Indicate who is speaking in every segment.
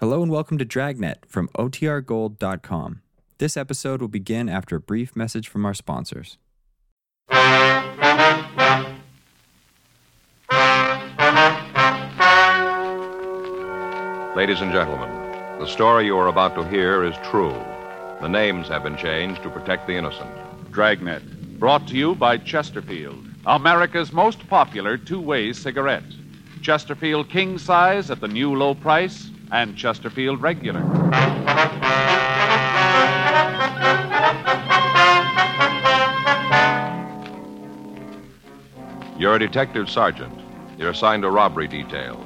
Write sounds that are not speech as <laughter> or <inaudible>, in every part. Speaker 1: Hello and welcome to Dragnet from OTRGold.com. This episode will begin after a brief message from our sponsors.
Speaker 2: Ladies and gentlemen, the story you are about to hear is true. The names have been changed to protect the innocent.
Speaker 3: Dragnet, brought to you by Chesterfield, America's most popular two way cigarette. Chesterfield king size at the new low price, and Chesterfield regular.
Speaker 2: You're a detective sergeant. You're assigned a robbery detail.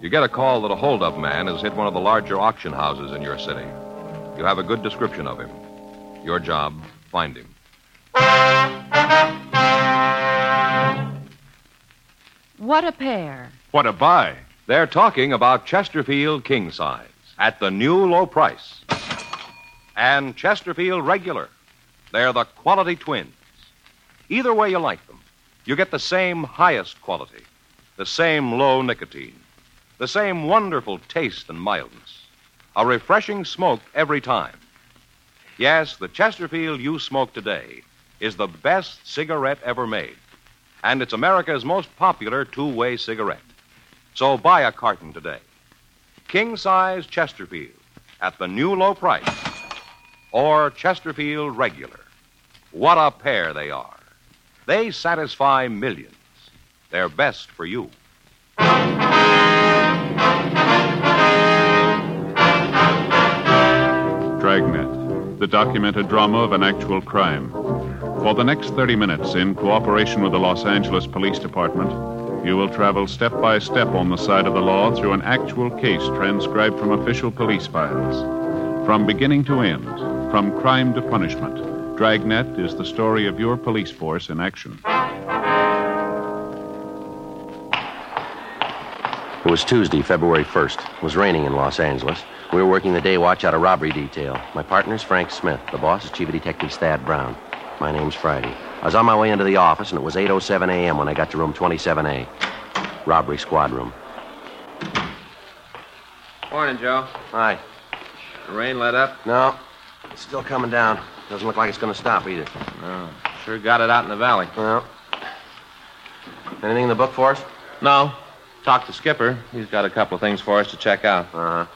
Speaker 2: You get a call that a holdup man has hit one of the larger auction houses in your city. You have a good description of him. Your job, find him.
Speaker 4: What a pair.
Speaker 3: What a buy!
Speaker 2: They're talking about Chesterfield king size at the new low price. And Chesterfield regular. They're the quality twins. Either way you like them, you get the same highest quality, the same low nicotine, the same wonderful taste and mildness, a refreshing smoke every time. Yes, the Chesterfield you smoke today is the best cigarette ever made, and it's America's most popular two way cigarette. So buy a carton today. King size Chesterfield at the new low price or Chesterfield regular. What a pair they are. They satisfy millions. They're best for you.
Speaker 3: Dragnet, the documented drama of an actual crime. For the next 30 minutes, in cooperation with the Los Angeles Police Department, you will travel step by step on the side of the law through an actual case transcribed from official police files. From beginning to end, from crime to punishment, Dragnet is the story of your police force in action.
Speaker 5: It was Tuesday, February 1st. It was raining in Los Angeles. We were working the day watch out of robbery detail. My partner's Frank Smith. The boss is Chief of Detectives Thad Brown. My name's Friday. I was on my way into the office, and it was 8.07 a.m. when I got to room 27A. Robbery squad room.
Speaker 6: Morning, Joe.
Speaker 5: Hi.
Speaker 6: The rain let up.
Speaker 5: No, it's still coming down. Doesn't look like it's going to stop either.
Speaker 6: Sure got it out in the valley.
Speaker 5: Well, anything in the book for us?
Speaker 6: No. Talked to Skipper. He's got a couple of things for us to check out.
Speaker 5: Uh-huh.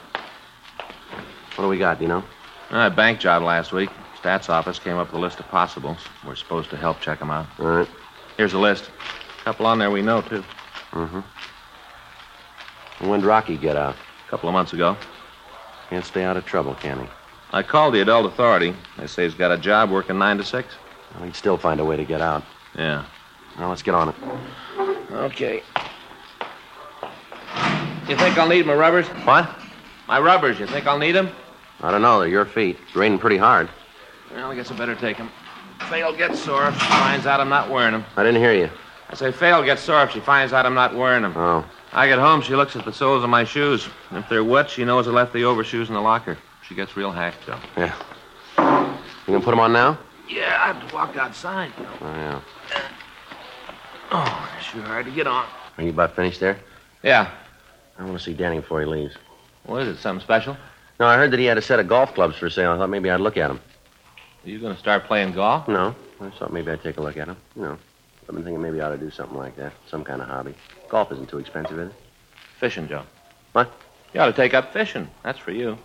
Speaker 5: What do we got, do you know?
Speaker 6: Uh, bank job last week. Stats office came up with a list of possibles. We're supposed to help check them out.
Speaker 5: All right.
Speaker 6: Here's a list. A couple on there we know, too.
Speaker 5: When'd Rocky get out?
Speaker 6: A couple of months ago.
Speaker 5: Can't stay out of trouble, can he?
Speaker 6: I called the adult authority. They say he's got a job working 9 to 6.
Speaker 5: Well, he'd still find a way to get out.
Speaker 6: Yeah.
Speaker 5: Now, let's get on it.
Speaker 6: Okay. You think I'll need my rubbers?
Speaker 5: What?
Speaker 6: My rubbers, you think I'll need them?
Speaker 5: I don't know. They're your feet. It's raining pretty hard.
Speaker 6: Well, I guess I better take them. Faye'll get sore if she finds out I'm not wearing them.
Speaker 5: I didn't hear you.
Speaker 6: I say Faye'll get sore if she finds out I'm not wearing them.
Speaker 5: Oh.
Speaker 6: I get home, she looks at the soles of my shoes. If they're wet, she knows I left the overshoes in the locker. She gets real hacked, Joe.
Speaker 5: Yeah. You gonna put them on now?
Speaker 6: Yeah, I have to walk outside, Joe.
Speaker 5: Oh, yeah.
Speaker 6: Oh, it's sure hard to get on.
Speaker 5: Are you about finished there?
Speaker 6: Yeah.
Speaker 5: I want to see Danny before he leaves.
Speaker 6: What is it, something special?
Speaker 5: No, I heard that he had a set of golf clubs for sale. I thought maybe I'd look at them.
Speaker 6: Are you going to start playing golf?
Speaker 5: No, I thought maybe I'd take a look at them. You know, I've been thinking maybe I ought to do something like that. Some kind of hobby. Golf isn't too expensive, is
Speaker 6: Fishing, Joe.
Speaker 5: What?
Speaker 6: You ought to take up fishing. That's for you.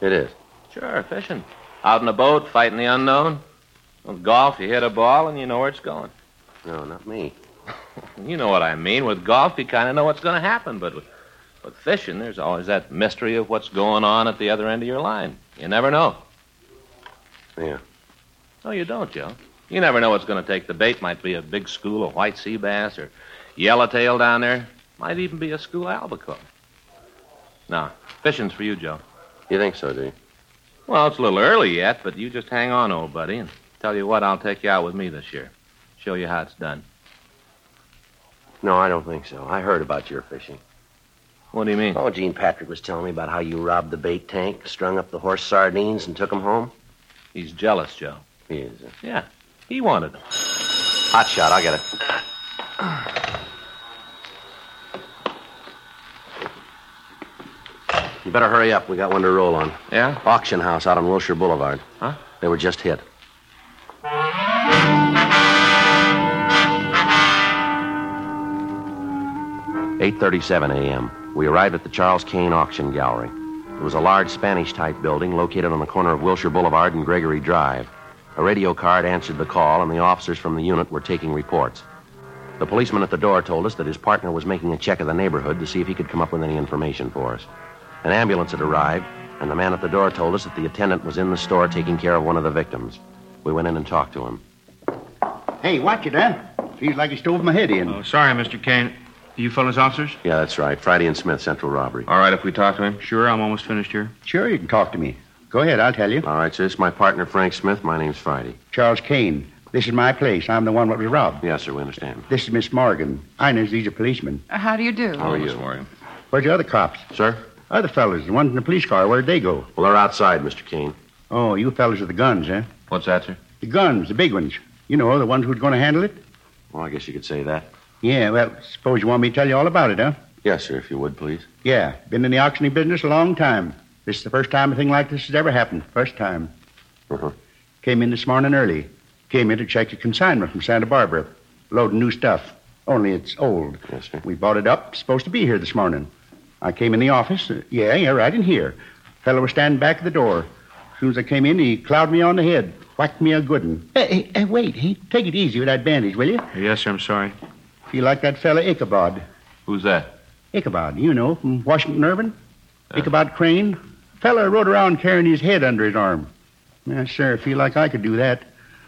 Speaker 5: it? It is.
Speaker 6: Sure, fishing. Out in a boat, fighting the unknown. With golf, you hit a ball and you know where it's going.
Speaker 5: No, not me.
Speaker 6: You know what I mean. With golf, you kind of know what's going to happen, but with, with fishing, there's always that mystery of what's going on at the other end of your line. You never know.
Speaker 5: Yeah.
Speaker 6: No, you don't, Joe. You never know what's going to take the bait. Might be a big school of white sea bass or yellowtail down there. Might even be a school of albacore. No, fishing's for you, Joe.
Speaker 5: You think so, do you?
Speaker 6: Well, it's a little early yet, but you just hang on, old buddy, and tell you what, I'll take you out with me this year. Show you how it's done.
Speaker 5: No, I don't think so. I heard about your fishing.
Speaker 6: What do you mean?
Speaker 5: Oh, Gene Patrick was telling me about how you robbed the bait tank, strung up the horse sardines, and took 'em home.
Speaker 6: He's jealous, Joe.
Speaker 5: He is. a
Speaker 6: Yeah, he wanted them.
Speaker 5: Hot shot. I'll get it. You better hurry up. We got one to roll on.
Speaker 6: Yeah?
Speaker 5: Auction house out on Wilshire Boulevard.
Speaker 6: Huh?
Speaker 5: They were just hit. Eight thirty-seven a.m. We arrived at the Charles Kane Auction Gallery. It was a large Spanish-type building located on the corner of Wilshire Boulevard and Gregory Drive. A radio card answered the call, and the officers from the unit were taking reports. The policeman at the door told us that his partner was making a check of the neighborhood to see if he could come up with any information for us. An ambulance had arrived, and the man at the door told us that the attendant was in the store taking care of one of the victims. We went in and talked to him.
Speaker 7: Hey, watch it, Dan. Feels like he stove my head in.
Speaker 8: Oh, sorry, Mr. Kane. You fellas officers?
Speaker 5: Yeah, that's right. Friday and Smith, Central Robbery.
Speaker 6: All right, if we talk to him.
Speaker 8: Sure, I'm almost finished here.
Speaker 7: Sure, you can talk to me. Go ahead, I'll tell you.
Speaker 5: All right, so this is my partner, Frank Smith. My name's Friday.
Speaker 7: Charles Kane. This is my place. I'm the one that was robbed.
Speaker 5: Yes, sir, we understand.
Speaker 7: This is Miss Morgan. I know these are policemen.
Speaker 4: Uh, How do you do?
Speaker 5: How are you?
Speaker 7: Where's the other cops?
Speaker 5: Sir?
Speaker 7: Other fellas, the ones in the police car, where'd they go?
Speaker 5: Well, they're outside, Mr. Kane.
Speaker 7: Oh, you fellas with the guns, huh?
Speaker 6: What's that, sir?
Speaker 7: The guns, the big ones. You know, the ones who's going to handle it?
Speaker 5: Well, I guess you could say that.
Speaker 7: Yeah, well, suppose you want me to tell you all about it, huh?
Speaker 5: Yes, sir, if you would, please.
Speaker 7: Yeah, been in the auctioning business a long time. This is the first time a thing like this has ever happened. First time.
Speaker 5: Uh-huh.
Speaker 7: Came in this morning early. Came in to check a consignment from Santa Barbara. Load of new stuff. Only it's old.
Speaker 5: Yes, sir.
Speaker 7: We bought it up. Supposed to be here this morning. I came in the office. uh, yeah, yeah, right in here. Fellow was standing back at the door. As soon as I came in, he clouded me on the head. Whacked me a good one. Hey, hey, hey, wait. Hey, take it easy with that bandage, will you?
Speaker 8: Yes, sir, I'm sorry.
Speaker 7: Feel like that fella Ichabod.
Speaker 6: Who's that?
Speaker 7: Ichabod, you know, from Washington Irving. Ichabod Crane. Fella rode around carrying his head under his arm. Yes, sir, feel like I could do that.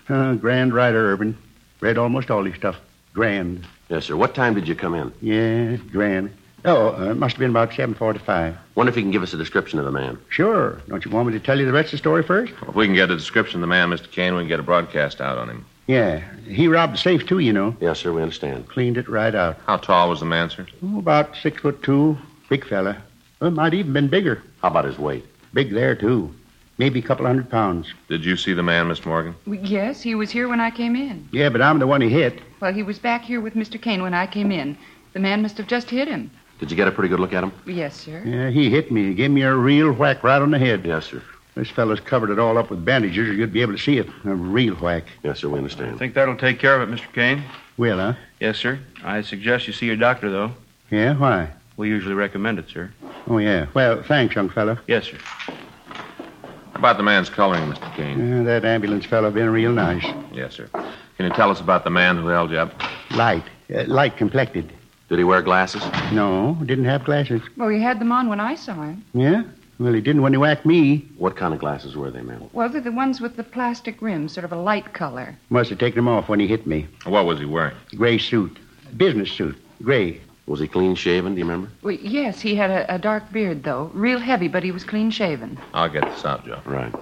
Speaker 7: Uh, grand writer, Irvin. Read almost all his stuff. Grand.
Speaker 5: Yes, sir. What time did you come in?
Speaker 7: Yeah, grand. Oh, uh, it must have been about 7.45.
Speaker 5: Wonder if you can give us a description of the man.
Speaker 7: Sure. Don't you want me to tell you the rest of the story first?
Speaker 6: If we can get a description of the man, Mr. Kane, we can get a broadcast out on him.
Speaker 7: Yeah. He robbed the safe, too, you know.
Speaker 5: Yes, sir, we understand.
Speaker 7: Cleaned it right out.
Speaker 6: How tall was the man, sir?
Speaker 7: Oh, about six foot two. Big fella. Well, might even been bigger.
Speaker 5: How about his weight?
Speaker 7: Big there, too. Maybe a couple hundred pounds.
Speaker 6: Did you see the man, Miss Morgan?
Speaker 4: Yes, he was here when I came in.
Speaker 7: Yeah, but I'm the one he hit.
Speaker 4: Well, he was back here with Mr. Kane when I came in. The man must have just hit him.
Speaker 5: Did you get a pretty good look at him?
Speaker 4: Yes, sir.
Speaker 7: Yeah, he hit me. He gave me a real whack right on the head.
Speaker 5: Yes, sir.
Speaker 7: This fella's covered it all up with bandages, or you'd be able to see it. A real whack.
Speaker 5: Yes, sir, we
Speaker 8: I
Speaker 5: understand.
Speaker 8: think that'll take care of it, Mr. Kane.
Speaker 7: Will, huh?
Speaker 8: Yes, sir. I suggest you see your doctor, though.
Speaker 7: Yeah, why?
Speaker 8: We usually recommend it, sir.
Speaker 7: Oh, yeah. Well, thanks, young fella.
Speaker 8: Yes, sir.
Speaker 6: How about the man's coloring, Mr. Kane?
Speaker 7: Uh, that ambulance fella been real nice.
Speaker 6: Yes, sir. Can you tell us about the man who held you up?
Speaker 7: Light. Uh, light complected.
Speaker 5: Did he wear glasses?
Speaker 7: No, didn't have glasses.
Speaker 4: Well, he had them on when I saw him.
Speaker 7: Yeah? Well, he didn't when he whacked me.
Speaker 5: What kind of glasses were they, ma'am?
Speaker 4: Well, they're the ones with the plastic rim, sort of a light color.
Speaker 7: Must have taken them off when he hit me.
Speaker 6: What was he wearing?
Speaker 7: Gray suit. Business suit. Gray.
Speaker 5: Was he clean shaven? Do you remember?
Speaker 4: Well, yes, he had a, a dark beard, though. Real heavy, but he was clean shaven.
Speaker 6: I'll get this out, Joe.
Speaker 5: Right.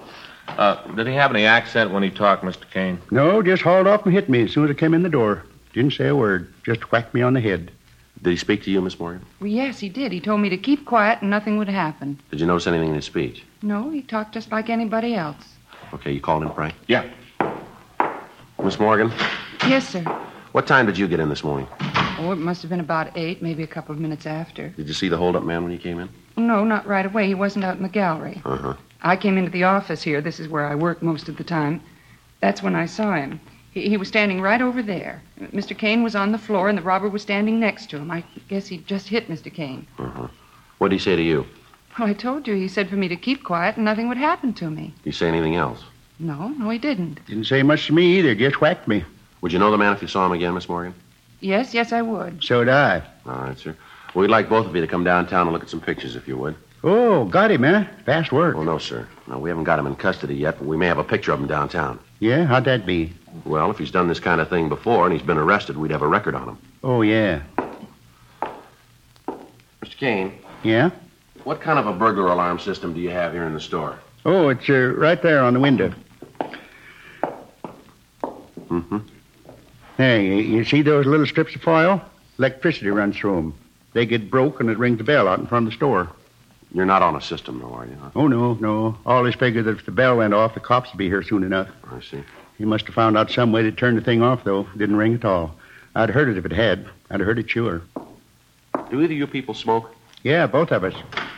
Speaker 6: Uh, did he have any accent when he talked, Mr. Kane?
Speaker 7: No, just hauled off and hit me as soon as I came in the door. Didn't say a word. Just whacked me on the head.
Speaker 5: Did he speak to you, Miss Morgan?
Speaker 4: Well, yes, he did. He told me to keep quiet and nothing would happen.
Speaker 5: Did you notice anything in his speech?
Speaker 4: No, he talked just like anybody else.
Speaker 5: Okay, you called him, Frank?
Speaker 6: Yeah.
Speaker 5: Miss Morgan,
Speaker 4: Yes, sir.
Speaker 5: what time did you get in this morning?
Speaker 4: Oh, it must have been about eight, maybe a couple of minutes after.
Speaker 5: Did you see the holdup man when you came in?
Speaker 4: No, not right away. He wasn't out in the gallery.
Speaker 5: Uh-huh.
Speaker 4: I came into the office here. This is where I work most of the time. That's when I saw him. He, he was standing right over there. Mr. Kane was on the floor, and the robber was standing next to him. I guess he just hit Mr. Kane.
Speaker 5: What did he say to you?
Speaker 4: Well, I told you, he said for me to keep quiet and nothing would happen to me.
Speaker 5: Did he say anything else?
Speaker 4: No, no, he didn't.
Speaker 7: Didn't say much to me either. Just whacked me.
Speaker 5: Would you know the man if you saw him again, Miss Morgan?
Speaker 4: Yes, yes, I would.
Speaker 7: So did I.
Speaker 5: All right, sir. We'd like both of you to come downtown and look at some pictures, if you would.
Speaker 7: Oh, got him, huh? Fast work.
Speaker 5: Well, Oh, no, sir. No, we haven't got him in custody yet, but we may have a picture of him downtown.
Speaker 7: Yeah, how'd that be?
Speaker 5: Well, if he's done this kind of thing before and he's been arrested, we'd have a record on him.
Speaker 7: Oh, yeah.
Speaker 5: Mr. Kane,
Speaker 7: Yeah?
Speaker 5: what kind of a burglar alarm system do you have here in the store?
Speaker 7: Oh, it's uh, right there on the window.
Speaker 5: Mm-hmm.
Speaker 7: Hey, y- you see those little strips of foil? Electricity runs through them. They get broke and it rings the bell out in front of the store.
Speaker 5: You're not on a system, though, are you? Huh?
Speaker 7: Oh, no, no. Always figured that if the bell went off, the cops would be here soon enough.
Speaker 5: I see.
Speaker 7: He must have found out some way to turn the thing off, though. Didn't ring at all. I'd heard it if it had. I'd heard it sure.
Speaker 5: Do either of you people smoke?
Speaker 7: Yeah, both of us.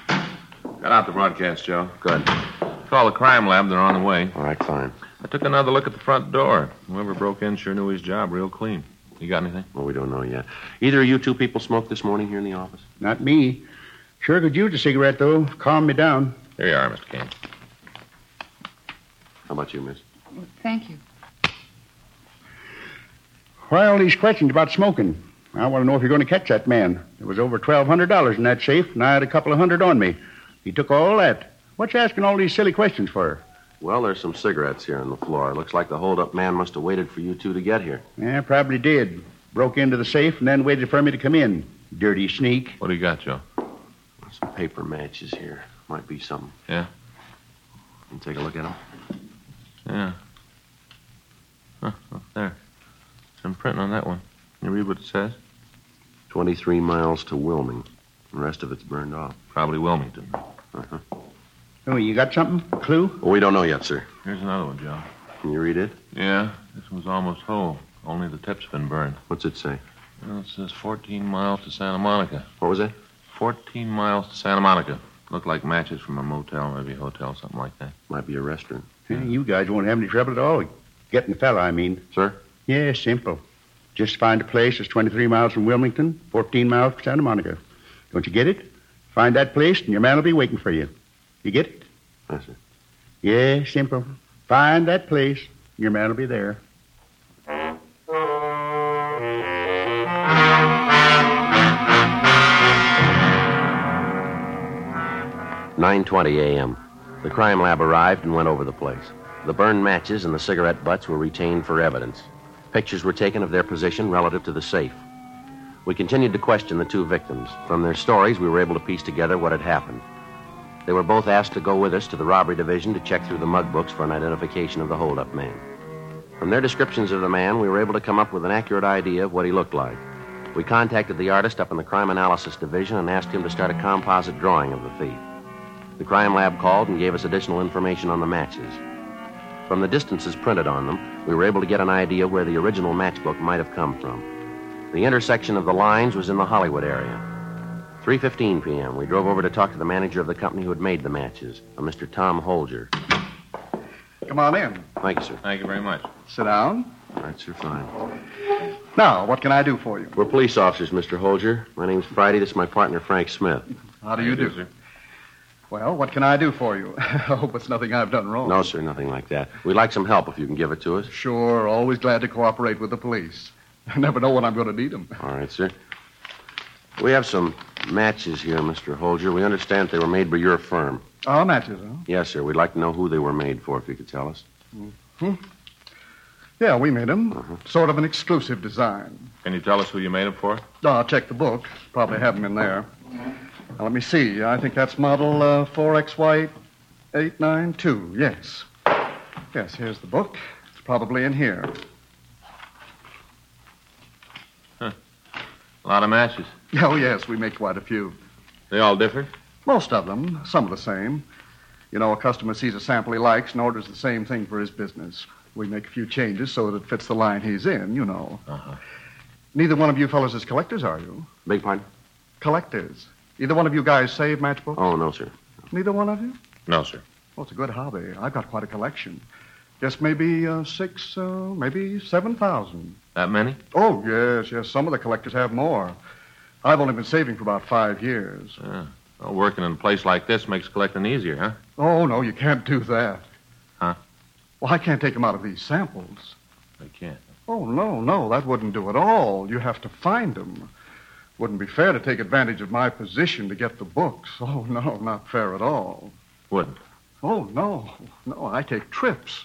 Speaker 6: Cut out the broadcast, Joe. Good. Call the crime lab. They're on the way.
Speaker 5: All right, fine.
Speaker 6: I took another look at the front door. Whoever broke in sure knew his job real clean. You got anything?
Speaker 5: Well, we don't know yet. Either of you two people smoked this morning here in the office?
Speaker 9: Not me. Sure could use a cigarette, though. Calm me down.
Speaker 6: Here you are, Mr. Kane.
Speaker 5: How about you, miss?
Speaker 4: Well, thank you.
Speaker 9: Why all these questions about smoking? I want to know if you're going to catch that man. There was over $1,200 in that safe, and I had a couple of hundred on me. He took all that. What you asking all these silly questions for?
Speaker 5: Well, there's some cigarettes here on the floor. Looks like the holdup man must have waited for you two to get here.
Speaker 9: Yeah, probably did. Broke into the safe and then waited for me to come in. Dirty sneak.
Speaker 6: What do you got, Joe?
Speaker 5: Some paper matches here. Might be something.
Speaker 6: Yeah?
Speaker 5: You take a look at them.
Speaker 6: Yeah. Huh, up there. Some print on that one. You read what it says?
Speaker 5: 23 miles to Wilming. The rest of it's burned off.
Speaker 6: Probably Wilmington.
Speaker 9: Oh, you got something? Clue?
Speaker 5: Well, we don't know yet, sir.
Speaker 6: Here's another one, Joe.
Speaker 5: Can you read it?
Speaker 6: Yeah, this one's almost whole. Only the tip's been burned.
Speaker 5: What's it say?
Speaker 6: Well, it says 14 miles to Santa Monica.
Speaker 5: What was that?
Speaker 6: 14 miles to Santa Monica. Looked like matches from a motel, maybe a hotel, something like that.
Speaker 5: Might be a restaurant.
Speaker 9: Hey, You guys won't have any trouble at all. Getting the fella, I mean.
Speaker 5: Sir?
Speaker 9: Yeah, simple. Just find a place that's 23 miles from Wilmington, 14 miles from Santa Monica. Don't you get it? Find that place, and your man will be waiting for you. You get it?
Speaker 5: Yes, sir.
Speaker 9: Yeah, simple. Find that place, and your man will be there.
Speaker 5: Nine twenty a.m. The crime lab arrived and went over the place. The burned matches and the cigarette butts were retained for evidence. Pictures were taken of their position relative to the safe. We continued to question the two victims. From their stories, we were able to piece together what had happened. They were both asked to go with us to the robbery division to check through the mug books for an identification of the holdup man. From their descriptions of the man, we were able to come up with an accurate idea of what he looked like. We contacted the artist up in the crime analysis division and asked him to start a composite drawing of the thief. The crime lab called and gave us additional information on the matches. From the distances printed on them, we were able to get an idea where the original matchbook might have come from. The intersection of the lines was in the Hollywood area. 3:15 p.m. We drove over to talk to the manager of the company who had made the matches, a Mr. Tom Holger.
Speaker 9: Come on in.
Speaker 5: Thank you, sir.
Speaker 6: Thank you very much.
Speaker 9: Sit down.
Speaker 5: All right, sir, fine.
Speaker 9: Now, what can I do for you?
Speaker 5: We're police officers, Mr. Holger. My name's Friday. This is my partner, Frank Smith.
Speaker 9: How do you do? Well, what can I do for you? <laughs> I hope it's nothing I've done wrong.
Speaker 5: No, sir, nothing like that. We'd like some help if you can give it to us.
Speaker 9: Sure, always glad to cooperate with the police. <laughs> I never know when I'm going to need them.
Speaker 5: All right, sir. We have some matches here, Mr. Holger. We understand they were made by your firm.
Speaker 9: Our matches, huh?
Speaker 5: Yes, sir. We'd like to know who they were made for, if you could tell us.
Speaker 9: Yeah, we made them.
Speaker 8: Mm-hmm.
Speaker 9: Sort of an exclusive design.
Speaker 6: Can you tell us who you made them for?
Speaker 9: Oh, I'll check the book. Probably have them in there. Now, let me see. I think that's model uh, 4XY892. Yes. Yes, here's the book. It's probably in here.
Speaker 6: A lot of matches.
Speaker 9: Oh, yes, we make quite a few.
Speaker 6: They all different?
Speaker 9: Most of them, some of the same. You know, a customer sees a sample he likes and orders the same thing for his business. We make a few changes so that it fits the line he's in, you know. Neither one of you fellows is collectors, are you?
Speaker 5: Big pardon?
Speaker 9: Collectors. Either one of you guys save matchbooks?
Speaker 5: Oh, no, sir.
Speaker 9: Neither one of you?
Speaker 6: No, sir.
Speaker 9: Well, it's a good hobby. I've got quite a collection. Yes, maybe uh, six, uh, maybe 7,000.
Speaker 6: That many?
Speaker 9: Oh, yes, yes. Some of the collectors have more. I've only been saving for about five years.
Speaker 6: Well, working in a place like this makes collecting easier, huh?
Speaker 9: Oh, no, you can't do that.
Speaker 6: Huh?
Speaker 9: Well, I can't take them out of these samples.
Speaker 6: They can't.
Speaker 9: Oh, no, no, that wouldn't do at all. You have to find them. Wouldn't be fair to take advantage of my position to get the books. Oh, no, not fair at all.
Speaker 6: Wouldn't.
Speaker 9: Oh, no, no, I take trips.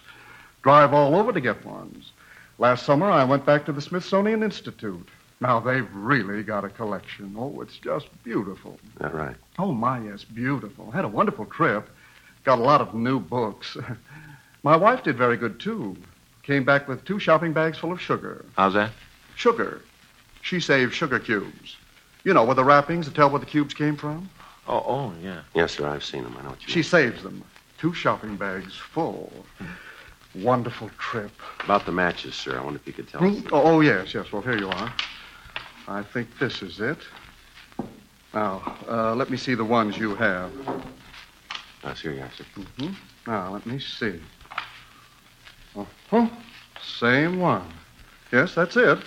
Speaker 9: Drive all over to get ones. Last summer, I went back to the Smithsonian Institute. Now, they've really got a collection. Oh, it's just beautiful.
Speaker 5: Is that right?
Speaker 9: Oh, my, yes, beautiful. Had a wonderful trip. Got a lot of new books. <laughs> my wife did very good, too. Came back with two shopping bags full of sugar.
Speaker 6: How's that?
Speaker 9: Sugar. She saved sugar cubes. You know, with the wrappings to tell where the cubes came from.
Speaker 6: Oh, oh, yeah.
Speaker 5: Yes, sir. I've seen them. I know what you
Speaker 9: She saves them. Two shopping bags full. Wonderful trip.
Speaker 5: mean. About the matches, sir. I wonder if you could tell us.
Speaker 9: Oh, oh, yes, yes. Well, here you are. I think this is it. Now, uh, let me see the ones you have.
Speaker 5: Oh, here you are, sir.
Speaker 9: Now, let me see. Uh-huh. Same one. Yes, that's it.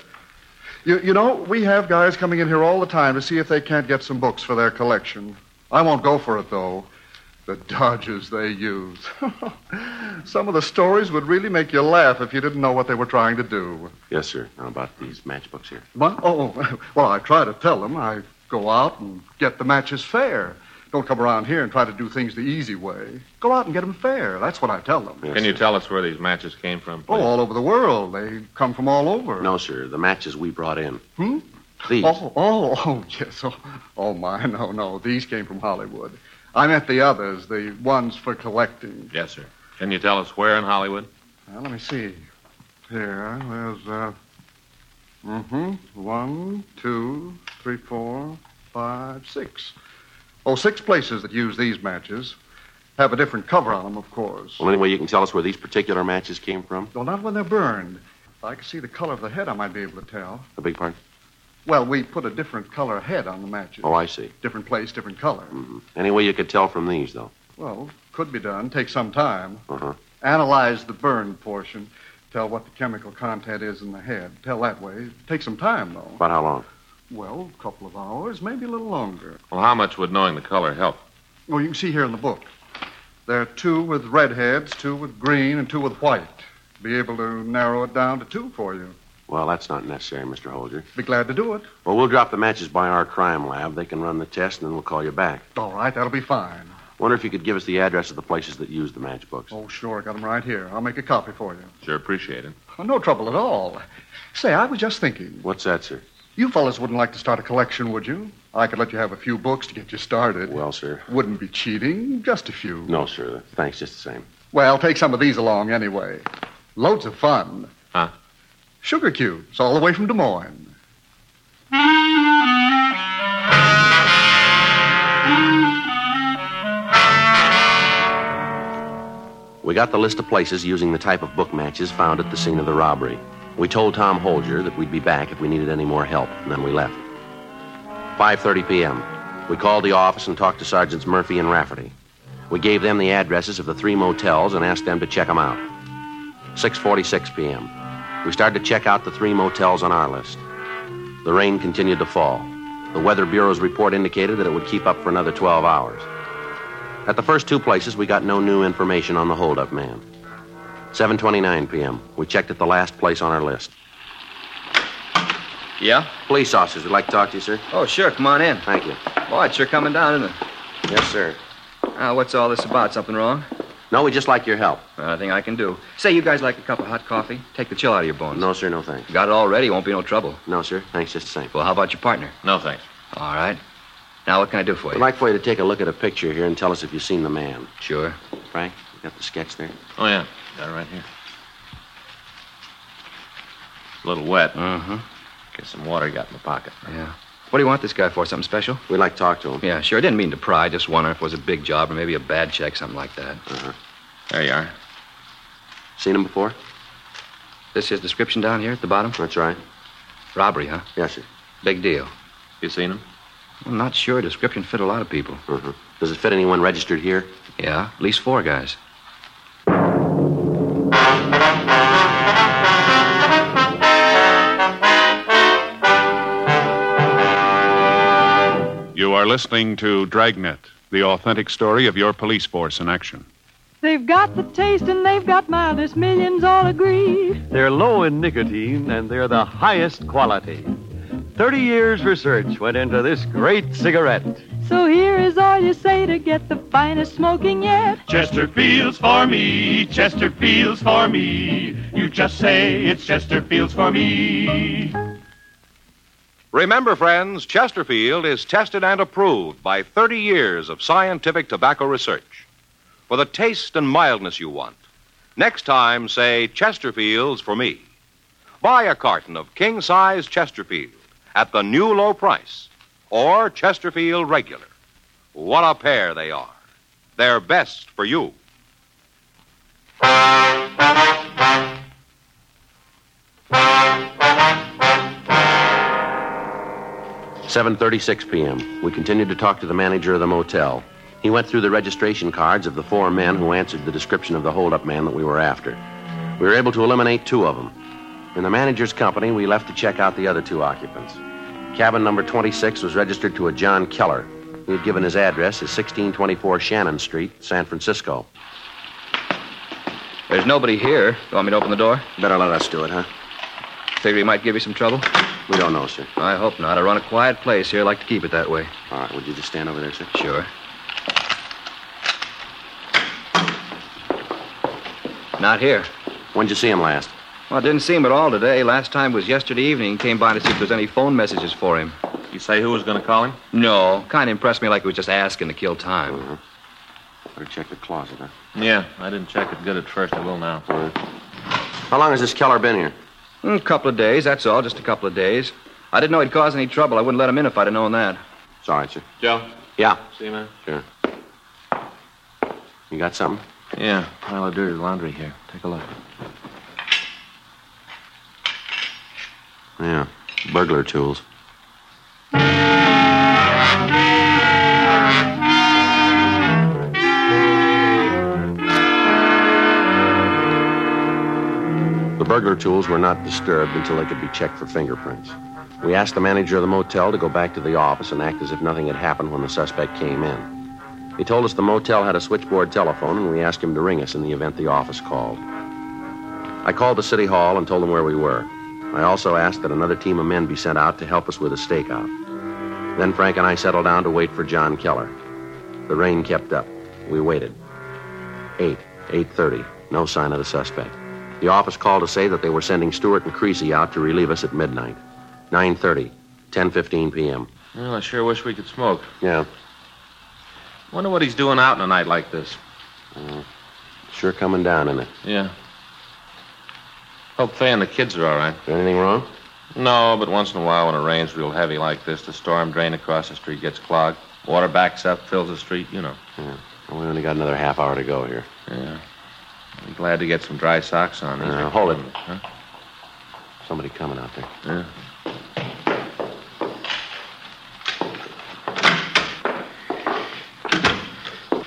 Speaker 9: You, you know, we have guys coming in here all the time to see if they can't get some books for their collection. I won't go for it, though. The dodges they use. <laughs> some of the stories would really make you laugh if you didn't know what they were trying to do.
Speaker 5: Yes, sir. How about these matchbooks here?
Speaker 9: What? Oh, oh, <laughs> well, I try to tell them. I go out and get the matches fair. Don't come around here and try to do things the easy way. Go out and get them fair. That's what I tell them.
Speaker 5: Yes,
Speaker 6: Can you
Speaker 5: sir.
Speaker 6: tell us where these matches came from?
Speaker 9: Oh,
Speaker 6: Please?
Speaker 9: all over the world. They come from all over.
Speaker 5: No, sir. The matches we brought in.
Speaker 9: Hmm?
Speaker 5: These.
Speaker 9: Oh, oh, <laughs> oh, yes. Oh, oh, my, no, no. These came from Hollywood. I meant the others, the ones for collecting.
Speaker 6: Yes, sir. Can you tell us where in Hollywood?
Speaker 9: Now, let me see. Here, there's, uh, mm-hmm. One, two, three, four, five, six. Oh, six places that use these matches. Have a different cover on them, of course.
Speaker 5: Well, anyway, you can tell us where these particular matches came from?
Speaker 9: Well, not when they're burned. If I could see the color of the head, I might be able to tell.
Speaker 5: The big part?
Speaker 9: Well, we put a different color head on the matches.
Speaker 5: Oh, I see.
Speaker 9: Different place, different color.
Speaker 5: hmm Any way you could tell from these, though?
Speaker 9: Well, could be done. Take some time.
Speaker 5: Uh-huh.
Speaker 9: Analyze the burn portion. Tell what the chemical content is in the head. Tell that way. Take some time, though.
Speaker 5: About how long?
Speaker 9: Well, a couple of hours, maybe a little longer.
Speaker 6: Well, how much would knowing the color help?
Speaker 9: Well, you can see here in the book. There are two with red heads, two with green, and two with white. Be able to narrow it down to two for you.
Speaker 5: Well, that's not necessary, Mr. Holger.
Speaker 9: Be glad to do it.
Speaker 5: Well, we'll drop the matches by our crime lab. They can run the test, and then we'll call you back.
Speaker 9: All right, that'll be fine.
Speaker 5: Wonder if you could give us the address of the places that used the matchbooks.
Speaker 9: Oh, sure, got 'em right here. I'll make a copy for you.
Speaker 6: Sure, appreciate it.
Speaker 9: Oh, no trouble at all. Say, I was just thinking.
Speaker 5: What's that, sir?
Speaker 9: You fellas wouldn't like to start a collection, would you? I could let you have a few books to get you started.
Speaker 5: Well, sir.
Speaker 9: Wouldn't be cheating, just a few.
Speaker 5: No, sir. Thanks, just the same.
Speaker 9: Well, take some of these along anyway. Loads of fun.
Speaker 6: Huh?
Speaker 9: Sugar cubes, all the way from Des Moines.
Speaker 5: We got the list of places using the type of book matches found at the scene of the robbery. We told Tom Holger that we'd be back if we needed any more help, and then we left. 5:30 p.m. We called the office and talked to Sergeants Murphy and Rafferty. We gave them the addresses of the three motels and asked them to check them out. 6:46 p.m. We started to check out the three motels on our list. The rain continued to fall. The Weather Bureau's report indicated that it would keep up for another 12 hours. At the first two places, we got no new information on the holdup man. 7:29 p.m. We checked at the last place on our list.
Speaker 10: Yeah?
Speaker 5: Police officers would like to talk to you, sir.
Speaker 10: Oh, sure. Come on in.
Speaker 5: Thank you.
Speaker 10: Boy, it's sure coming down, isn't it?
Speaker 5: Yes, sir.
Speaker 10: Ah, what's all this about? Something wrong?
Speaker 5: No, we just like your help.
Speaker 10: Nothing I can do. Say, you guys like a cup of hot coffee? Take the chill out of your bones.
Speaker 5: No, sir. No, thanks.
Speaker 10: Got it already. Won't be no trouble.
Speaker 5: No, sir. Thanks just the same.
Speaker 10: Well, how about your partner?
Speaker 6: No, thanks.
Speaker 10: All right. Now, what can I do for
Speaker 5: I'd
Speaker 10: you?
Speaker 5: like for you to take a look at a picture here and tell us if you've seen the man.
Speaker 10: Sure.
Speaker 5: Frank, you got the sketch there?
Speaker 6: Oh, yeah. Got it right here. A little wet.
Speaker 10: Uh-huh.
Speaker 6: Guess some water got in the pocket.
Speaker 10: Yeah. What do you want this guy for? Something special?
Speaker 5: We'd like to talk to him.
Speaker 10: Yeah, sure. Didn't mean to pry. Just wondering if it was a big job or maybe a bad check, something like that.
Speaker 6: There you are.
Speaker 5: Uh-huh. Seen him before?
Speaker 10: This his description down here at the bottom?
Speaker 5: That's right.
Speaker 10: Robbery, huh?
Speaker 5: Yes, sir.
Speaker 10: Big deal.
Speaker 6: You seen him?
Speaker 10: I'm not sure. Description fit a lot of people.
Speaker 5: Mm-hmm. Does it fit anyone registered here?
Speaker 10: Yeah, at least four guys.
Speaker 3: You are listening to Dragnet, the authentic story of your police force in action.
Speaker 11: They've got the taste and they've got mildness, millions all agree.
Speaker 12: They're low in nicotine and they're the highest quality. 30 years research went into this great cigarette.
Speaker 11: So here is all you say to get the finest smoking yet.
Speaker 12: Chesterfield's for me, Chesterfield's for me. You just say it's Chesterfield's for me.
Speaker 2: Remember, friends, Chesterfield is tested and approved by 30 years of scientific tobacco research. For the taste and mildness you want, next time say Chesterfield's for me. Buy a carton of king size Chesterfield at the new low price or Chesterfield regular. What a pair they are. They're best for you.
Speaker 5: Seven thirty-six p.m. We continued to talk to the manager of the motel. He went through the registration cards of the four men who answered the description of the holdup man that we were after. We were able to eliminate two of them. In the manager's company, we left to check out the other two occupants. Cabin number 26 was registered to a John Keller. He had given his address as 1624 Shannon Street, San Francisco.
Speaker 10: There's nobody here. You want me to open the door?
Speaker 5: Better let us do it, huh?
Speaker 10: Figure he might give you some trouble?
Speaker 5: We don't know, sir.
Speaker 10: I hope not. I run a quiet place here. Like to keep it that way.
Speaker 5: All right, would you just stand over there, sir?
Speaker 10: Sure. Not here.
Speaker 5: When'd you see him last?
Speaker 10: Well, I didn't see him at all today. Last time was yesterday evening. Came by to see if there's any phone messages for him.
Speaker 6: You say who was going to call him?
Speaker 10: No. Kind of impressed me like he was just asking to kill time.
Speaker 5: Better check the closet, huh?
Speaker 6: Yeah, I didn't check it good at first. I will now.
Speaker 5: How long has this Keller been here?
Speaker 10: Mm, A couple of days, that's all. Just a couple of days. I didn't know he'd cause any trouble. I wouldn't let him in if I'd have known that.
Speaker 5: It's all right, sir.
Speaker 6: Joe,
Speaker 5: Yeah,
Speaker 6: see you, man.
Speaker 5: sure. You got something?
Speaker 6: Yeah, pile of dirty laundry here. Take a look.
Speaker 5: Yeah. Burglar tools. The burglar tools were not disturbed until they could be checked for fingerprints. We asked the manager of the motel to go back to the office and act as if nothing had happened when the suspect came in. He told us the motel had a switchboard telephone, and we asked him to ring us in the event the office called. I called the city hall and told them where we were. I also asked that another team of men be sent out to help us with a stakeout. Then Frank and I settled down to wait for John Keller. The rain kept up. We waited. 8, 8.30. No sign of the suspect. The office called to say that they were sending Stewart and Creasy out to relieve us at midnight. 9.30, 10.15 p.m.
Speaker 6: Well, I sure wish we could smoke.
Speaker 5: Yeah,
Speaker 6: Wonder what he's doing out on a night like this.
Speaker 5: sure coming down in it.
Speaker 6: Yeah. Hope Fay and the kids are all right.
Speaker 5: Is there anything wrong?
Speaker 6: No, but once in a while when it rains real heavy like this, the storm drain across the street gets clogged. Water backs up, fills the street, you know.
Speaker 5: Well, we only got another half hour to go here.
Speaker 6: Yeah. I'm glad to get some dry socks on. These
Speaker 5: Uh,
Speaker 6: are
Speaker 5: hold it.
Speaker 6: cold. Huh?
Speaker 5: Somebody coming out there.
Speaker 6: Yeah.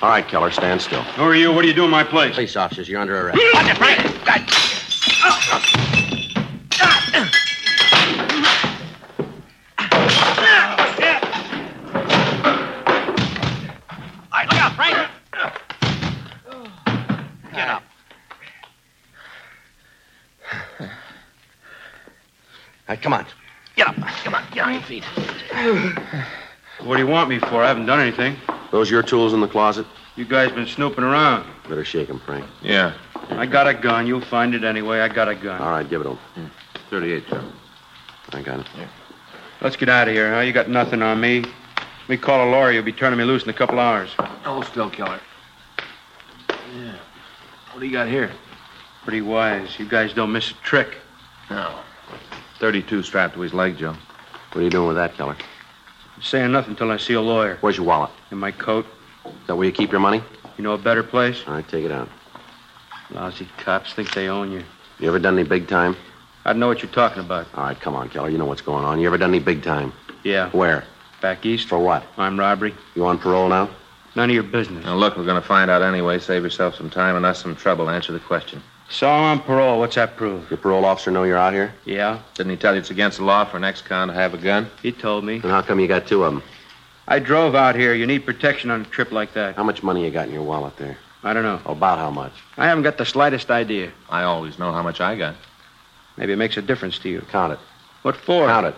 Speaker 5: All right, Keller, stand still.
Speaker 8: Who are you? What are you doing in my place?
Speaker 5: Police officers, you're under
Speaker 8: <laughs>
Speaker 5: arrest.
Speaker 8: What do you want me for? I haven't done anything.
Speaker 5: Those your tools in the closet?
Speaker 8: You guys been snooping around.
Speaker 5: Better shake 'em, Frank.
Speaker 6: Yeah.
Speaker 8: I got a gun. You'll find it anyway. I got a gun.
Speaker 5: All right, give it to 'em.
Speaker 6: 38, Joe.
Speaker 5: I got it.
Speaker 8: Let's get out of here, huh? You got nothing on me. We call a lawyer. You'll be turning me loose in a couple hours.
Speaker 6: Oh, still killer. Yeah. What do you got here?
Speaker 8: Pretty wise. You guys don't miss a trick.
Speaker 6: No. 32 strapped to his leg, Joe.
Speaker 5: What are you doing with that, Keller?
Speaker 8: I'm saying nothing until I see a lawyer.
Speaker 5: Where's your wallet?
Speaker 8: In my coat.
Speaker 5: Is that where you keep your money?
Speaker 8: You know a better place?
Speaker 5: All right, take it out.
Speaker 8: Lousy cops think they own you.
Speaker 5: You ever done any big time?
Speaker 8: I know what you're talking about.
Speaker 5: All right, come on, Keller. You know what's going on. You ever done any big time?
Speaker 8: Yeah.
Speaker 5: Where?
Speaker 8: Back east.
Speaker 5: For what?
Speaker 8: Armed robbery.
Speaker 5: You on parole now?
Speaker 8: None of your business.
Speaker 6: Now, look, we're going to find out anyway. Save yourself some time and us some trouble. Answer the question.
Speaker 8: Saw him on parole. What's that prove?
Speaker 5: Your parole officer know you're out here?
Speaker 8: Yeah.
Speaker 6: Didn't he tell you it's against the law for an ex-con to have a gun?
Speaker 8: He told me.
Speaker 5: Then how come you got two of them?
Speaker 8: I drove out here. You need protection on a trip like that.
Speaker 5: How much money you got in your wallet there? Oh,
Speaker 8: I don't know.
Speaker 5: About how much?
Speaker 8: I haven't got the slightest idea.
Speaker 6: I always know how much I got.
Speaker 8: Maybe it makes a difference to you.
Speaker 5: Count it.
Speaker 8: What for?
Speaker 5: Count it.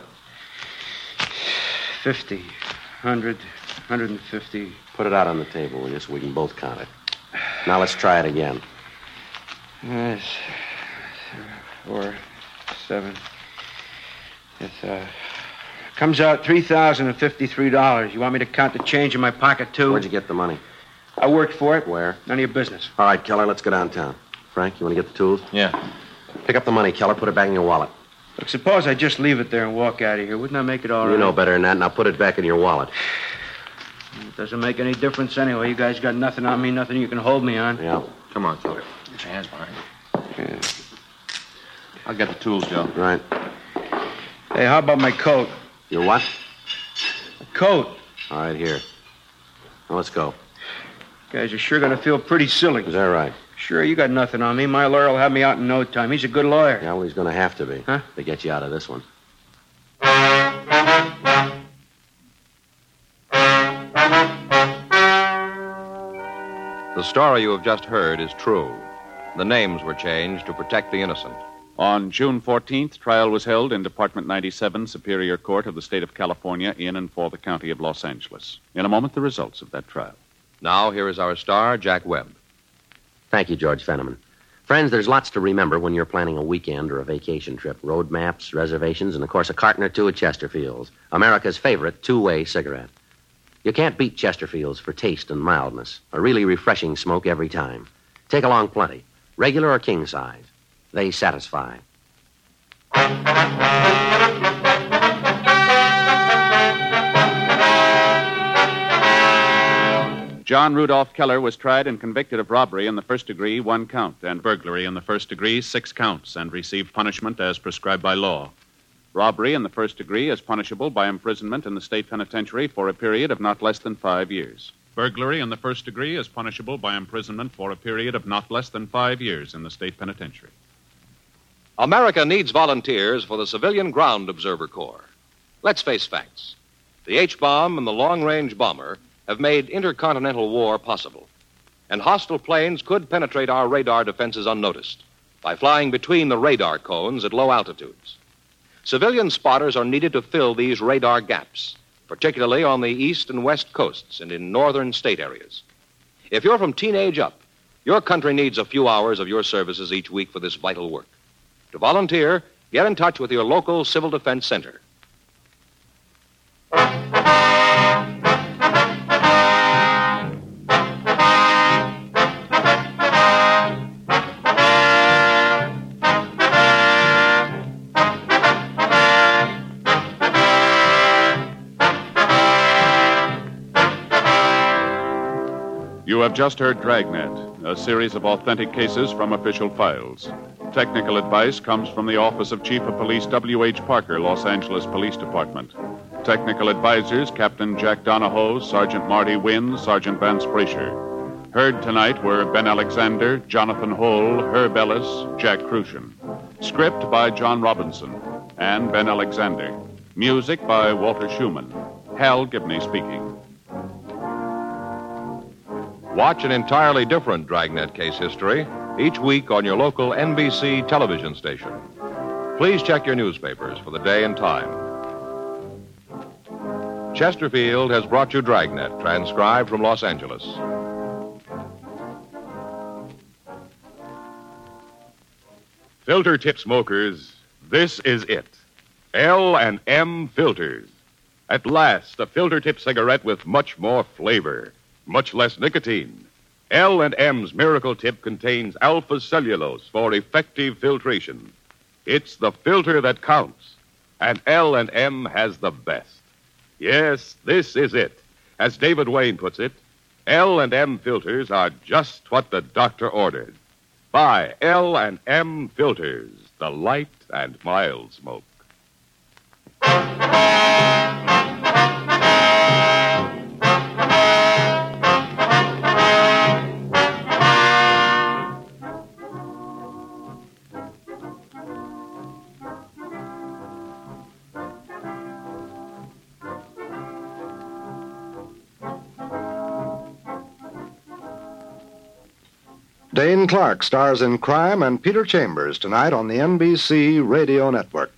Speaker 8: 50, 100, 150.
Speaker 5: Put it out on the table, will you, so we can both count it. Now let's try it again.
Speaker 8: Yes. Four, seven. It's, uh, comes out $3,053. You want me to count the change in my pocket, too?
Speaker 5: Where'd you get the money?
Speaker 8: I worked for it.
Speaker 5: Where?
Speaker 8: None of your business.
Speaker 5: All right, Keller, let's go downtown. Frank, you want to get the tools?
Speaker 6: Yeah.
Speaker 5: Pick up the money, Keller. Put it back in your wallet.
Speaker 8: Look, suppose I just leave it there and walk out of here. Wouldn't that make it all right?
Speaker 5: you know better than that. Now put it back in your wallet.
Speaker 8: It doesn't make any difference anyway. You guys got nothing on me, nothing you can hold me on.
Speaker 5: Yeah,
Speaker 6: Come on, killer. Get your hands behind you. I'll get the tools, Joe.
Speaker 5: right.
Speaker 8: Hey, how about my coat?
Speaker 5: Your what?
Speaker 8: Coat.
Speaker 5: All right, here. Now let's go.
Speaker 8: Guys, you're sure going to feel pretty silly. Is that right? Sure, you got nothing on me. My lawyer will have me out in no time. He's a good lawyer.
Speaker 5: Yeah, well, he's going to have to be. Huh? To get you out of this one.
Speaker 2: The story you have just heard is true. The names were changed to protect the innocent.
Speaker 3: On June 14th, trial was held in Department 97, Superior Court of the State of California, in and for the County of Los Angeles. In a moment, the results of that trial.
Speaker 2: Now, here is our star, Jack Webb.
Speaker 5: Thank you, George Fenneman. Friends, there's lots to remember when you're planning a weekend or a vacation trip road maps, reservations, and of course, a carton or two of Chesterfield's, America's favorite two way cigarette. You can't beat Chesterfield's for taste and mildness, a really refreshing smoke every time. Take along plenty, regular or king size. They satisfy.
Speaker 3: John Rudolph Keller was tried and convicted of robbery in the first degree, one count, and burglary in the first degree, six counts, and received punishment as prescribed by law. Robbery in the first degree is punishable by imprisonment in the state penitentiary for a period of not less than five years. Burglary in the first degree is punishable by imprisonment for a period of not less than five years in the state penitentiary.
Speaker 2: America needs volunteers for the Civilian Ground Observer Corps. Let's face facts. The H bomb and the long range bomber have made intercontinental war possible, and hostile planes could penetrate our radar defenses unnoticed by flying between the radar cones at low altitudes. Civilian spotters are needed to fill these radar gaps, particularly on the east and west coasts and in northern state areas. If you're from teenage up, your country needs a few hours of your services each week for this vital work. To volunteer, get in touch with your local Civil Defense Center.
Speaker 3: You have just heard Dragnet, a series of authentic cases from official files. Technical advice comes from the Office of Chief of Police W.H. Parker, Los Angeles Police Department. Technical advisors Captain Jack Donahoe, Sergeant Marty Wynn, Sergeant Vance Brasher. Heard tonight were Ben Alexander, Jonathan Hole, Herb Ellis, Jack Crucian. Script by John Robinson and Ben Alexander. Music by Walter Schumann. Hal Gibney speaking.
Speaker 2: Watch an entirely different Dragnet case history each week on your local NBC television station. Please check your newspapers for the day and time. Chesterfield has brought you Dragnet, transcribed from Los Angeles.
Speaker 13: Filter tip smokers, this is it. L and M filters. At last, a filter tip cigarette with much more flavor, much less nicotine. L and M's miracle tip contains alpha cellulose for effective filtration. It's the filter that counts, and L and M has the best. Yes, this is it. As David Wayne puts it, L and M filters are just what the doctor ordered. Buy L and M filters, the light and mild smoke.
Speaker 14: Dane Clark stars in Crime and Peter Chambers tonight on the NBC Radio Network.